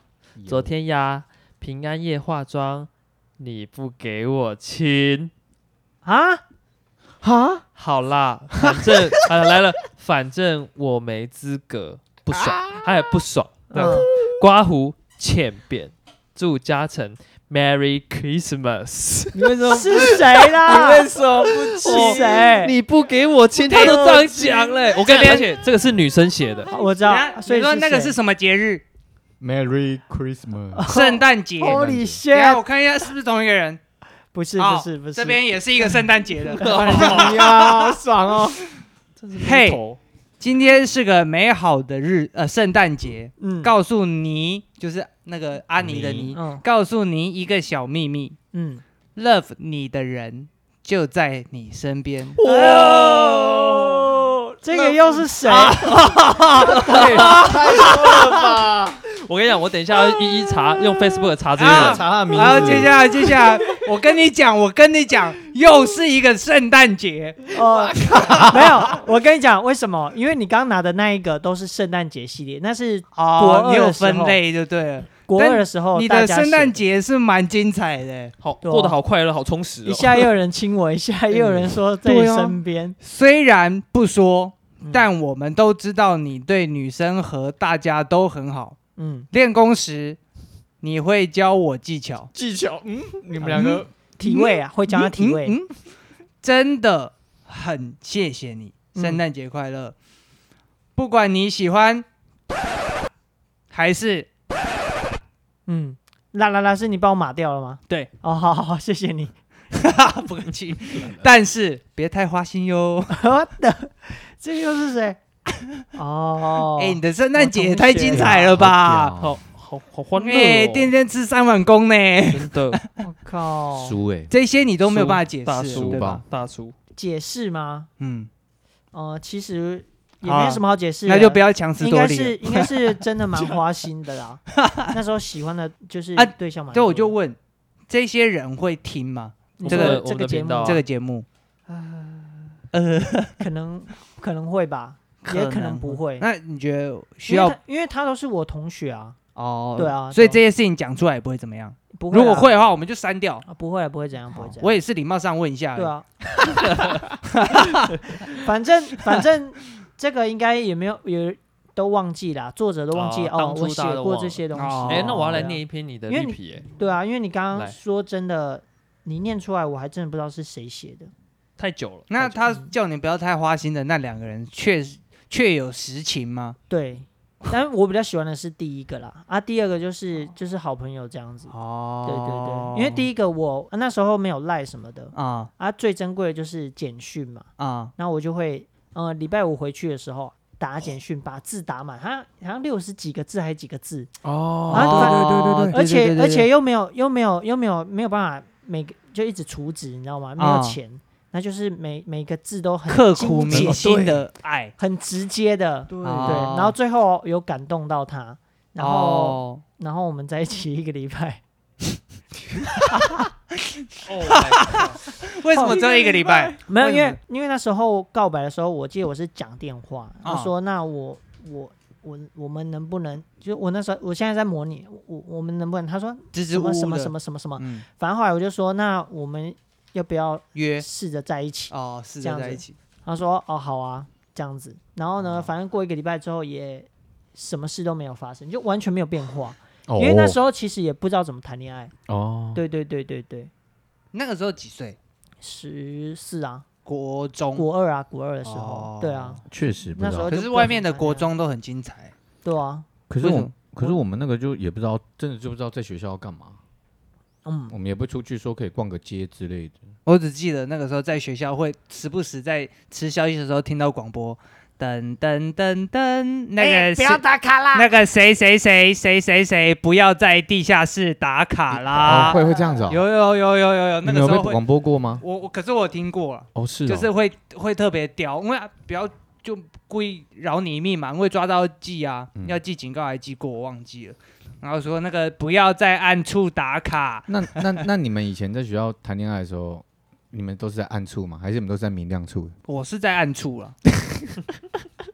Speaker 1: 昨天呀，平安夜化妆，你不给我亲，
Speaker 3: 啊，
Speaker 2: 啊，
Speaker 1: 好啦，反正 啊来了，反正我没资格，不爽，他也不爽。
Speaker 3: 嗯
Speaker 1: 刮胡欠扁，祝嘉诚 Merry Christmas。
Speaker 2: 你为什么？
Speaker 3: 是谁
Speaker 2: 你
Speaker 3: 啦？
Speaker 2: 为什么不
Speaker 3: 是
Speaker 2: 吃？
Speaker 4: 欸
Speaker 3: 谁？
Speaker 1: 哦你不给我亲，他都这样讲嘞。我跟你讲，而且这个是女生写的，
Speaker 3: 好我知
Speaker 4: 等
Speaker 3: 道
Speaker 4: 下，
Speaker 3: 所以
Speaker 4: 你说那个是
Speaker 3: 谁
Speaker 4: 什么节日？
Speaker 2: Merry Christmas，
Speaker 4: 圣诞节。
Speaker 3: ？Holy
Speaker 4: 等下
Speaker 3: shit！
Speaker 4: 我看一下是不是同一个人。
Speaker 3: 不啊是
Speaker 4: 哦
Speaker 3: 不是不哦是，
Speaker 4: 这边也是一个圣诞节的。
Speaker 2: 哎呀，好爽 哦！
Speaker 4: 嘿
Speaker 1: 木头
Speaker 4: 今天是个美好的日，呃，圣诞节。
Speaker 3: 嗯
Speaker 4: 告诉你，就是那个阿尼的
Speaker 2: 你
Speaker 4: 尼，
Speaker 3: 嗯
Speaker 4: 告诉你一个小秘密
Speaker 3: 嗯，
Speaker 4: ，love 你的人就在你身 边。
Speaker 3: 哇，这个又是谁？
Speaker 1: 嘿
Speaker 2: 太多了吧！
Speaker 1: 我跟你讲，我等一下要一一查，用 Facebook 查这些
Speaker 4: 啊
Speaker 1: 人
Speaker 2: 查。他的名字，哎
Speaker 4: 然后接下来，接下来，我跟你讲，我跟你讲，又是一个圣诞节。
Speaker 3: 哦， 没有，我跟你讲为什么？因为你刚拿的那一个都是圣诞节系列，那是
Speaker 4: 哦，
Speaker 3: 国
Speaker 4: 你
Speaker 3: 二
Speaker 4: 有
Speaker 3: 的时候
Speaker 4: 分类就对了。
Speaker 3: 国
Speaker 4: 但
Speaker 3: 二的时候
Speaker 4: 你
Speaker 3: 大
Speaker 4: 的
Speaker 3: 家写，
Speaker 4: 圣诞节是蛮精彩的，
Speaker 1: 好，
Speaker 3: 对啊
Speaker 1: 过得好快乐，好充实
Speaker 3: 一
Speaker 1: 哦。
Speaker 3: 下又有人亲我，一下又有人说在你
Speaker 4: 对啊
Speaker 3: 身边，
Speaker 4: 虽然不说，
Speaker 3: 嗯
Speaker 4: 但我们都知道你对女生和大家都很好。
Speaker 3: 嗯，
Speaker 4: 练功时，你会教我技巧，
Speaker 2: 技巧，嗯，你们两个
Speaker 3: 体位啊，会教他体
Speaker 4: 嗯
Speaker 3: 位，
Speaker 4: 嗯真的很谢谢你，
Speaker 3: 嗯
Speaker 4: 圣诞节快乐！不管你喜欢还是
Speaker 3: 嗯，啦啦啦，是你帮我码掉了吗？
Speaker 4: 对，
Speaker 3: 哦，好好好，谢谢 你。
Speaker 4: 不客气，但是别太花心哟。
Speaker 3: 我的，这又是 谁？哦，
Speaker 4: 哎、你的圣诞节也
Speaker 3: 我同学
Speaker 4: 太精彩了吧！
Speaker 1: 好好好欢乐
Speaker 4: 哎、
Speaker 1: 哦，
Speaker 4: 天天吃三碗公呢，
Speaker 1: 真的
Speaker 3: 我靠，
Speaker 2: 输哎，
Speaker 4: 这些你 都没有办法解
Speaker 1: 大
Speaker 4: 释，
Speaker 1: 叔
Speaker 4: 对吧？
Speaker 1: 大叔，
Speaker 3: 解释吗？
Speaker 4: 嗯，
Speaker 3: 呃，其实也
Speaker 4: 好
Speaker 3: 没
Speaker 4: 啊
Speaker 3: 有什么好解释的，
Speaker 4: 那就不要强词
Speaker 3: 应
Speaker 4: 夺
Speaker 3: 该
Speaker 4: 理了。
Speaker 3: 是应该是真的蛮花心的 啦。那时候喜欢的就是
Speaker 4: 啊
Speaker 3: 对象嘛，
Speaker 4: 对，我就问，这些人会听吗？
Speaker 3: 你
Speaker 4: 这
Speaker 3: 说
Speaker 4: 个
Speaker 3: 的
Speaker 1: 我
Speaker 3: 这
Speaker 1: 们的
Speaker 3: 个节
Speaker 1: 频
Speaker 3: 目呃
Speaker 1: 道啊
Speaker 4: 这个节目？呃
Speaker 3: 可能可能会吧，也可能不会。
Speaker 4: 那你觉得需
Speaker 3: 因为
Speaker 4: 要
Speaker 3: 他因为他都是我同学啊，
Speaker 4: 哦？
Speaker 3: 对啊
Speaker 4: 所以这
Speaker 3: 对
Speaker 4: 些事情讲出来也不会怎么样。
Speaker 3: 不会啊。
Speaker 4: 如果会的话，我们就删掉。
Speaker 3: 啊，不会啊不会怎样，不会怎样。
Speaker 4: 我也是礼貌上问一下。
Speaker 3: 对，啊， 反正反正这个应该也没有也都忘记啦，作者都忘记
Speaker 1: 哦
Speaker 3: 哦
Speaker 1: 当，初
Speaker 3: 我
Speaker 1: 大家
Speaker 3: 写
Speaker 1: 都
Speaker 3: 过
Speaker 1: 忘
Speaker 3: 这
Speaker 1: 了
Speaker 3: 些东
Speaker 4: 哦
Speaker 3: 西。
Speaker 1: 哎，那我要来
Speaker 3: 对啊
Speaker 1: 念一篇你的
Speaker 3: 因为
Speaker 1: 绿
Speaker 3: 你
Speaker 1: 皮，哎，
Speaker 3: 对啊，因为你刚刚
Speaker 1: 来
Speaker 3: 说真的，你念出来我还真的不知道是谁写的。
Speaker 1: 太久了。
Speaker 4: 那
Speaker 1: 太久
Speaker 4: 他叫你不要太花心的那两个人，确确有实情吗？
Speaker 3: 对，但我比较喜欢的是第一个啦，啊，第二个就是就是好朋友这样子。对对
Speaker 4: 哦
Speaker 3: 对，因为第一个我、啊那时候没有赖什么的
Speaker 4: 啊
Speaker 3: 啊，最珍贵的就是简讯嘛，
Speaker 4: 啊
Speaker 3: 然后我就会呃礼拜五回去的时候打简讯，把字打满，好像好像六十几个字还是几个字，
Speaker 2: 哦
Speaker 3: 啊
Speaker 4: 哦
Speaker 3: 而
Speaker 4: 对对对
Speaker 3: 且
Speaker 4: 对
Speaker 3: 而且又没有又没有又没有没有办法每个就一直储值，你知道吗？没有
Speaker 4: 啊
Speaker 3: 钱，那就是每每个字都很
Speaker 4: 刻苦
Speaker 3: 精
Speaker 4: 铭
Speaker 3: 简
Speaker 4: 心的爱。
Speaker 3: 很直接的，对对，
Speaker 4: 哦
Speaker 3: 然后最后有感动到他，然后、
Speaker 4: 哦
Speaker 3: 然后我们在一起一个礼拜，
Speaker 4: 为什么只有一个礼拜？
Speaker 3: 没有，
Speaker 4: 为
Speaker 3: 因
Speaker 4: 什么
Speaker 3: 为因为那时候告白的时候，我记得我是讲电话，他
Speaker 4: 啊
Speaker 3: 说那我我我我们能不能，就我那时候我现在在模拟，我我我们能不能？他说
Speaker 4: 支支
Speaker 3: 什
Speaker 4: 吾吾
Speaker 3: 么
Speaker 4: 的
Speaker 3: 什么什么什么什么，
Speaker 4: 嗯
Speaker 3: 反正后来我就说那我们要不要
Speaker 4: 约
Speaker 3: 试着在一起？
Speaker 4: 哦，是
Speaker 3: 这样
Speaker 4: 在
Speaker 3: 子
Speaker 4: 一起
Speaker 3: 他说哦好啊这样子，然后呢，
Speaker 4: 哦
Speaker 3: 反正过一个礼拜之后也什么事都没有发生，就完全没有变化，
Speaker 2: 哦
Speaker 3: 因为那时候其实也不知道怎么谈恋爱。
Speaker 2: 哦，
Speaker 3: 对对对对对，
Speaker 4: 那个时候几岁？
Speaker 3: 十四啊，
Speaker 4: 国中
Speaker 3: 国二啊，国二的时候，
Speaker 4: 哦
Speaker 3: 对啊，
Speaker 2: 确实不
Speaker 3: 那
Speaker 2: 知
Speaker 3: 时候
Speaker 2: 道。
Speaker 4: 可
Speaker 3: 就是不
Speaker 4: 外
Speaker 3: 能
Speaker 4: 面的
Speaker 3: 谈恋
Speaker 4: 国
Speaker 3: 爱
Speaker 4: 中都很精彩
Speaker 3: 对啊，
Speaker 2: 可是
Speaker 4: 为什
Speaker 2: 我
Speaker 4: 么
Speaker 2: 可是我们那个就也不知道，真的就不知道在学校要干嘛。
Speaker 3: 嗯，
Speaker 2: 我们也不出去说可以逛个街之类的。
Speaker 4: 我只记得那个时候在学校会时不时在吃宵夜的时候听到广播，噔噔噔噔，那
Speaker 3: 哎
Speaker 4: 个
Speaker 3: 不
Speaker 4: 谁、
Speaker 3: 要打卡啦，
Speaker 4: 那个谁谁谁谁谁谁不要在地下室打卡啦。
Speaker 2: 会这样子哦
Speaker 4: 啊有有有有有有，
Speaker 2: 你们
Speaker 4: 那个
Speaker 2: 有
Speaker 4: 时
Speaker 2: 被
Speaker 4: 候会，
Speaker 2: 广播过吗？
Speaker 4: 我我可是我听过了，
Speaker 2: 哦，是哦，
Speaker 4: 就是会会特别屌，因为啊不要就故意饶你一命嘛，因为抓到记啊，
Speaker 2: 嗯
Speaker 4: 要记警告还记过，我忘记了。然后说那个不要在暗处打卡，
Speaker 2: 那那那你们以前在学校谈恋爱的时候，你们都是在暗处吗？还是你们都是在明亮处？
Speaker 4: 我是在暗处了，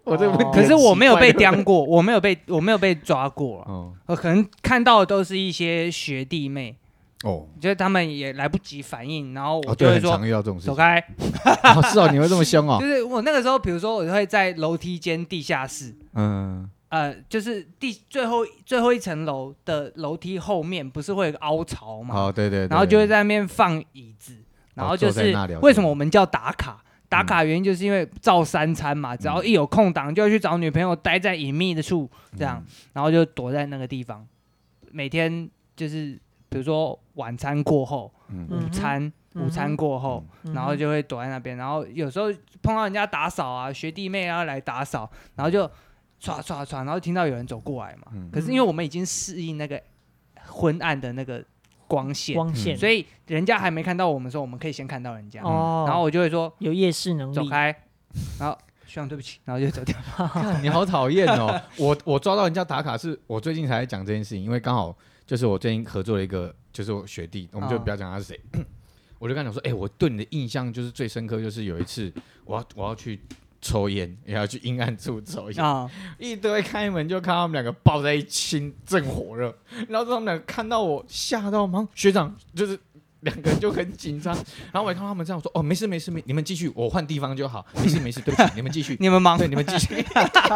Speaker 2: 我这个问题
Speaker 3: 哦
Speaker 4: 可是我没有被刁过， 我没有被我没有被抓过啊，
Speaker 2: 哦
Speaker 4: 我可能看到的都是一些学弟妹，
Speaker 2: 哦
Speaker 4: 就是他们也来不及反应，然后我
Speaker 2: 哦，对，
Speaker 4: 就会
Speaker 2: 很
Speaker 4: 说、
Speaker 2: 常遇到这种事
Speaker 4: 走
Speaker 2: 情。
Speaker 4: 开，
Speaker 2: 哦，是哦，你会这么凶哦
Speaker 4: 就？是我那个时候，比如说我会在楼梯间、地下室，
Speaker 2: 嗯，
Speaker 4: 呃，就是第最后最后一层楼的楼梯后面不是会有个凹槽嘛，
Speaker 2: 好，哦对对对。
Speaker 4: 嗯
Speaker 2: 哦
Speaker 4: 然后就会在那边放椅子，然后就
Speaker 2: 坐在
Speaker 4: 是
Speaker 2: 那聊天
Speaker 4: 为什么我们叫打
Speaker 2: 嗯
Speaker 4: 卡？打卡原因就是因为照三餐嘛，只要一有空档就要去找女朋友，待在隐秘的处这样，然后就躲在那个地方，每天就是比如说晚餐过后、
Speaker 2: 嗯，
Speaker 3: 嗯
Speaker 2: 嗯
Speaker 4: 午餐、
Speaker 3: 嗯哼
Speaker 4: 午餐过后，
Speaker 3: 嗯
Speaker 4: 然后就会躲在那边，然后有时候碰到人家打扫啊，学弟妹要来打扫，然后就唰唰唰，然后听到有人走过来 嘛。
Speaker 2: 嗯
Speaker 4: 可是因为我们已经适应那个昏暗的那个光线，
Speaker 3: 光
Speaker 2: 嗯
Speaker 3: 线，
Speaker 4: 所
Speaker 3: 以
Speaker 4: 以人家还没看到我们的时候，我们可以先看到人家，
Speaker 3: 哦，
Speaker 4: 然后我就会说
Speaker 3: 有夜视能
Speaker 4: 走
Speaker 3: 力，
Speaker 4: 开，然后 学长对不起，然后就走掉。
Speaker 2: 看你好讨厌哦！我我抓到人家打卡是，我最近才在讲这件事情，因为刚好就是我最近合作了一个，就是我学弟，我们就
Speaker 4: 哦
Speaker 2: 不要讲他是 谁，我就跟他讲说，哎、我对你的印象就是最深刻，就是有一次我要我要去抽烟，也要去阴暗处抽烟，
Speaker 4: 啊、
Speaker 2: 一堆开门就看到他们两个抱在一起，正火热。然后他们两个看到我，吓到吗？学长就是两个人就很紧张。然后我也看到他们这样，我说：“哦，没事没事没，你们继续，我换地方就好。 没事没事，对不起，你们继 续。”
Speaker 4: 你们忙
Speaker 2: 对，你们继续。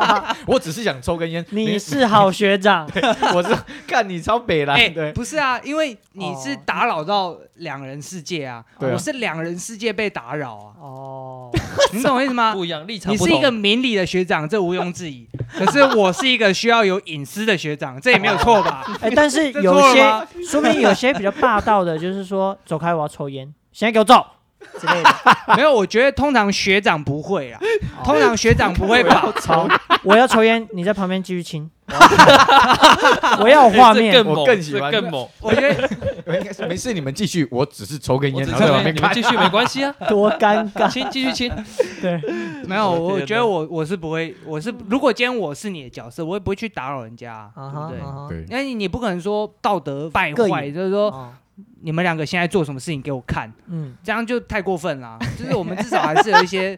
Speaker 2: 我只是想抽根烟。
Speaker 3: 你是好学长，
Speaker 2: 我是看你超北来
Speaker 4: 哎、
Speaker 2: 对，
Speaker 4: 不是啊，因为你是
Speaker 3: 哦
Speaker 4: 打扰到两人世界啊，
Speaker 2: 对啊
Speaker 4: 我是两人世界被打扰啊，
Speaker 3: 哦，
Speaker 4: 你懂我意思吗？
Speaker 1: 不一样立场
Speaker 4: 你
Speaker 1: 不同。
Speaker 4: 是一个明理的学长，这毋庸置疑。可是我是一个需要有隐私的学长，这也没有错吧？
Speaker 3: 哎，但是
Speaker 4: 这
Speaker 3: 有
Speaker 4: 错了
Speaker 3: 些
Speaker 4: 吗
Speaker 3: 说明有些比较霸道的，就是说走开，我要抽烟，现在给我走之类的。
Speaker 4: 没有，我觉得通常学长不会啊，
Speaker 1: 哦
Speaker 4: 通常学长不 会吧？
Speaker 3: 好，我要抽烟，你在旁边继续亲。我要有
Speaker 1: 哎
Speaker 3: 画
Speaker 1: 这
Speaker 3: 面，
Speaker 1: 更
Speaker 2: 我
Speaker 1: 猛，
Speaker 2: 更喜欢
Speaker 1: 这更猛。
Speaker 4: 我觉得
Speaker 2: 应该是没事，你们继续。我只是抽根
Speaker 1: 我
Speaker 2: 烟，
Speaker 1: 只
Speaker 2: 然后在旁
Speaker 1: 是
Speaker 2: 边
Speaker 1: 你们
Speaker 2: 看。
Speaker 1: 继续没关系 啊，
Speaker 3: 多尴尬。
Speaker 1: 亲继续亲。
Speaker 3: 对，
Speaker 4: 没有，
Speaker 1: 我
Speaker 4: 我
Speaker 1: 的天哪嗯
Speaker 4: 觉得我我是不会，我是如果今天我是你的角色，我也不会去打扰人家啊、
Speaker 3: 啊
Speaker 4: 对不对？
Speaker 3: 哈，
Speaker 2: 对，
Speaker 4: 因为你不可能说道德败
Speaker 3: 各
Speaker 4: 坏，
Speaker 3: 有
Speaker 4: 就是
Speaker 1: 嗯
Speaker 4: 说
Speaker 3: 哦
Speaker 4: 你们两个现在做什么事情给我看，
Speaker 3: 嗯，
Speaker 4: 这样就太过分啦。 就是我们至少还是有一些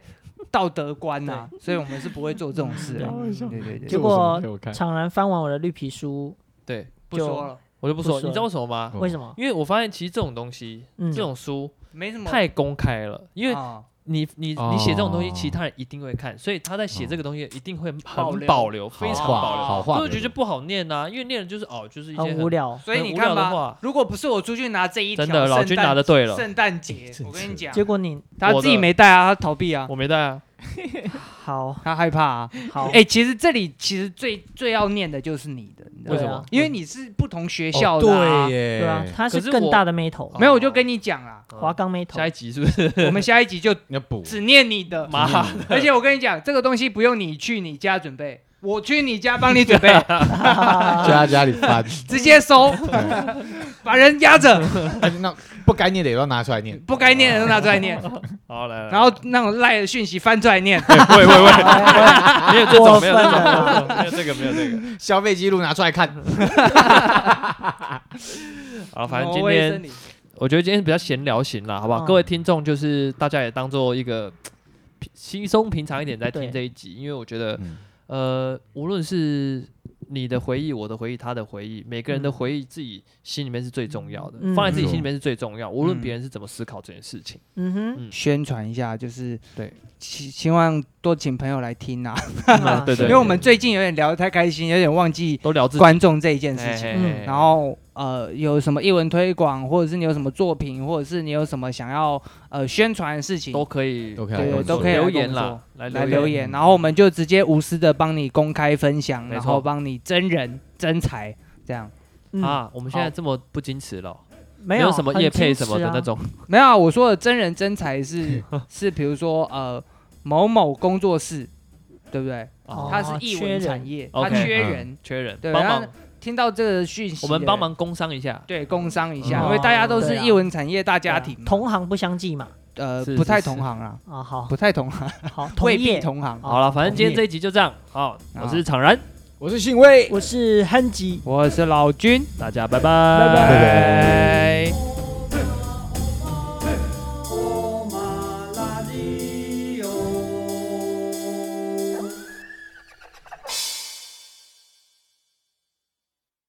Speaker 4: 道德观呐、所以我们是不会做这种事
Speaker 2: 嗯
Speaker 4: 的。对对对，
Speaker 3: 结果
Speaker 2: 给我看，
Speaker 3: 常然翻完我的绿皮书，
Speaker 1: 对，
Speaker 4: 不说了，
Speaker 1: 我就不说，
Speaker 3: 不说
Speaker 1: 你知道为什么吗？
Speaker 2: 嗯
Speaker 3: 为什么？
Speaker 1: 因为我发现其实这种东西，
Speaker 3: 嗯
Speaker 1: 这种书
Speaker 4: 没什么
Speaker 1: 太公开了，因为
Speaker 4: 嗯啊
Speaker 1: 你你
Speaker 2: 哦
Speaker 1: 你写这种东西，其他人一定会看，所以他在写这个东西一定会
Speaker 4: 保
Speaker 1: 很
Speaker 4: 留
Speaker 1: 保留，非
Speaker 2: 好
Speaker 1: 常
Speaker 2: 话
Speaker 1: 保留。
Speaker 2: 好话
Speaker 1: 我
Speaker 2: 留
Speaker 1: 就
Speaker 2: 着，
Speaker 1: 觉得不好念呐，因为念的就是哦，就是一些
Speaker 3: 很无聊。
Speaker 4: 所以
Speaker 1: 很
Speaker 4: 你
Speaker 1: 无
Speaker 4: 看
Speaker 1: 聊的
Speaker 4: 吧
Speaker 1: 话，
Speaker 4: 如果不是我出去拿这一条，
Speaker 1: 真的老君拿的对了，
Speaker 4: 圣诞节
Speaker 2: 哎真，的
Speaker 4: 我跟你讲，
Speaker 3: 结果你
Speaker 4: 他自己没带啊，他逃避啊，
Speaker 1: 我没带啊，
Speaker 3: 好
Speaker 4: 他害怕啊。
Speaker 3: 好，
Speaker 4: 哎，其实这里其实最最要念的就是你的，你知
Speaker 1: 为
Speaker 4: 道吗
Speaker 1: 什
Speaker 3: 对
Speaker 1: 么
Speaker 3: 啊？
Speaker 4: 因为你是不同学
Speaker 2: 哦
Speaker 4: 校的啊
Speaker 2: 对。耶，
Speaker 3: 对啊，他是
Speaker 1: 可是
Speaker 3: 更
Speaker 1: 我
Speaker 3: 大的妹头，
Speaker 4: 没有，我就跟你讲啦，
Speaker 1: 嗯
Speaker 3: 华冈妹头
Speaker 1: 下。一集是不是？
Speaker 4: 我们下一集就
Speaker 2: 你要补。嗯
Speaker 4: 只念你的。
Speaker 1: 妈
Speaker 4: 而且我跟你讲，这个东西不用你去你家准备，我去你家帮你准 备，
Speaker 3: 啊
Speaker 2: 就在家里翻，
Speaker 4: 直接收，把人压着，
Speaker 2: 但是那不该念的也要拿出来念。
Speaker 4: 不该念的都拿出来 念，
Speaker 1: 好来，来
Speaker 4: 然后那种赖的讯息翻出来念。
Speaker 1: 来喂喂喂，没有这
Speaker 3: 过
Speaker 1: 种，没
Speaker 3: 分
Speaker 1: 有这
Speaker 3: 了
Speaker 1: 种，没有这个，没有这个。
Speaker 2: 消费记录拿出来看。
Speaker 1: 好，反正
Speaker 4: 挪
Speaker 1: 今
Speaker 4: 威
Speaker 1: 天
Speaker 4: 森林
Speaker 1: 我觉得今天比较闲聊型啦，好不好？
Speaker 3: 嗯
Speaker 1: 各位听众就是大家也当做一个平轻松平常一点在听
Speaker 3: 对
Speaker 1: 这一集，因为我觉得
Speaker 2: 嗯
Speaker 1: 呃，无论是你的回忆、我的回忆、他的回忆，每个人的回忆自己心里面是最重要的，
Speaker 3: 嗯
Speaker 1: 放在自己
Speaker 2: 没错
Speaker 1: 心里面是最重要，无论
Speaker 4: 嗯
Speaker 1: 别人是怎么思考这件事情。
Speaker 3: 嗯哼，
Speaker 4: 宣传一下，就是
Speaker 1: 对，
Speaker 4: 希希望多请朋友来听啊，
Speaker 3: 啊
Speaker 1: 对对
Speaker 4: 因为我们最近有点聊得太开心，有点忘记
Speaker 1: 都聊自己哎
Speaker 4: 观众这一件事情。
Speaker 1: 嘿嘿嘿
Speaker 4: 嗯然后呃，有什么艺文推广，或者是你有什么作品，或者是你有什么想要呃宣传的事情，
Speaker 1: 哎都可以
Speaker 2: 都可以来跟我
Speaker 4: 对
Speaker 2: 们
Speaker 4: 都可以来
Speaker 1: 留
Speaker 4: 跟我
Speaker 1: 言
Speaker 4: 们说
Speaker 1: 啦，来
Speaker 4: 来
Speaker 1: 留
Speaker 4: 留
Speaker 1: 言。
Speaker 4: 言，然后我们就直接无私的帮你公开分享，
Speaker 1: 没
Speaker 4: 然
Speaker 1: 错
Speaker 4: 后帮你真人真才这样。
Speaker 3: 嗯，
Speaker 1: 啊，我们现
Speaker 4: 好
Speaker 1: 在这么不矜持了哦，
Speaker 3: 没
Speaker 1: 有什么
Speaker 3: 很
Speaker 1: 夜配
Speaker 3: 矜持
Speaker 1: 什么的
Speaker 3: 啊
Speaker 1: 那种，
Speaker 4: 没有啊，我说的真人真才是 是，比如说呃某某工作室，对不对？
Speaker 1: 哦
Speaker 4: 它是艺
Speaker 3: 缺
Speaker 4: 文
Speaker 3: 人
Speaker 4: 产业，它
Speaker 1: OK，
Speaker 4: 缺
Speaker 2: 嗯
Speaker 4: 人。
Speaker 1: 缺人，
Speaker 4: 对，
Speaker 1: 帮
Speaker 4: 然后
Speaker 1: 忙
Speaker 4: 听到这个讯息，
Speaker 1: 我们帮。忙工商一下，
Speaker 4: 对，工商一下，
Speaker 1: 嗯哦
Speaker 4: 因为大家都
Speaker 3: 哦
Speaker 4: 是
Speaker 3: 对啊
Speaker 4: 艺文产业大
Speaker 3: 对啊
Speaker 4: 家庭嘛，
Speaker 3: 同行不相忌嘛，
Speaker 4: 呃
Speaker 1: 啊是
Speaker 4: 不
Speaker 1: 是
Speaker 4: 太
Speaker 1: 是
Speaker 4: 同行啦，
Speaker 3: 啊，好
Speaker 4: 不太同行，
Speaker 3: 好，
Speaker 4: 未
Speaker 3: 同
Speaker 4: 必
Speaker 3: 业，
Speaker 4: 同行。
Speaker 1: 好了，反正今天这一集就这样。好，我是常然，
Speaker 2: 我是信威，
Speaker 3: 我是亨吉。
Speaker 4: 我是老君，
Speaker 1: 大家拜
Speaker 3: 拜
Speaker 2: 拜拜。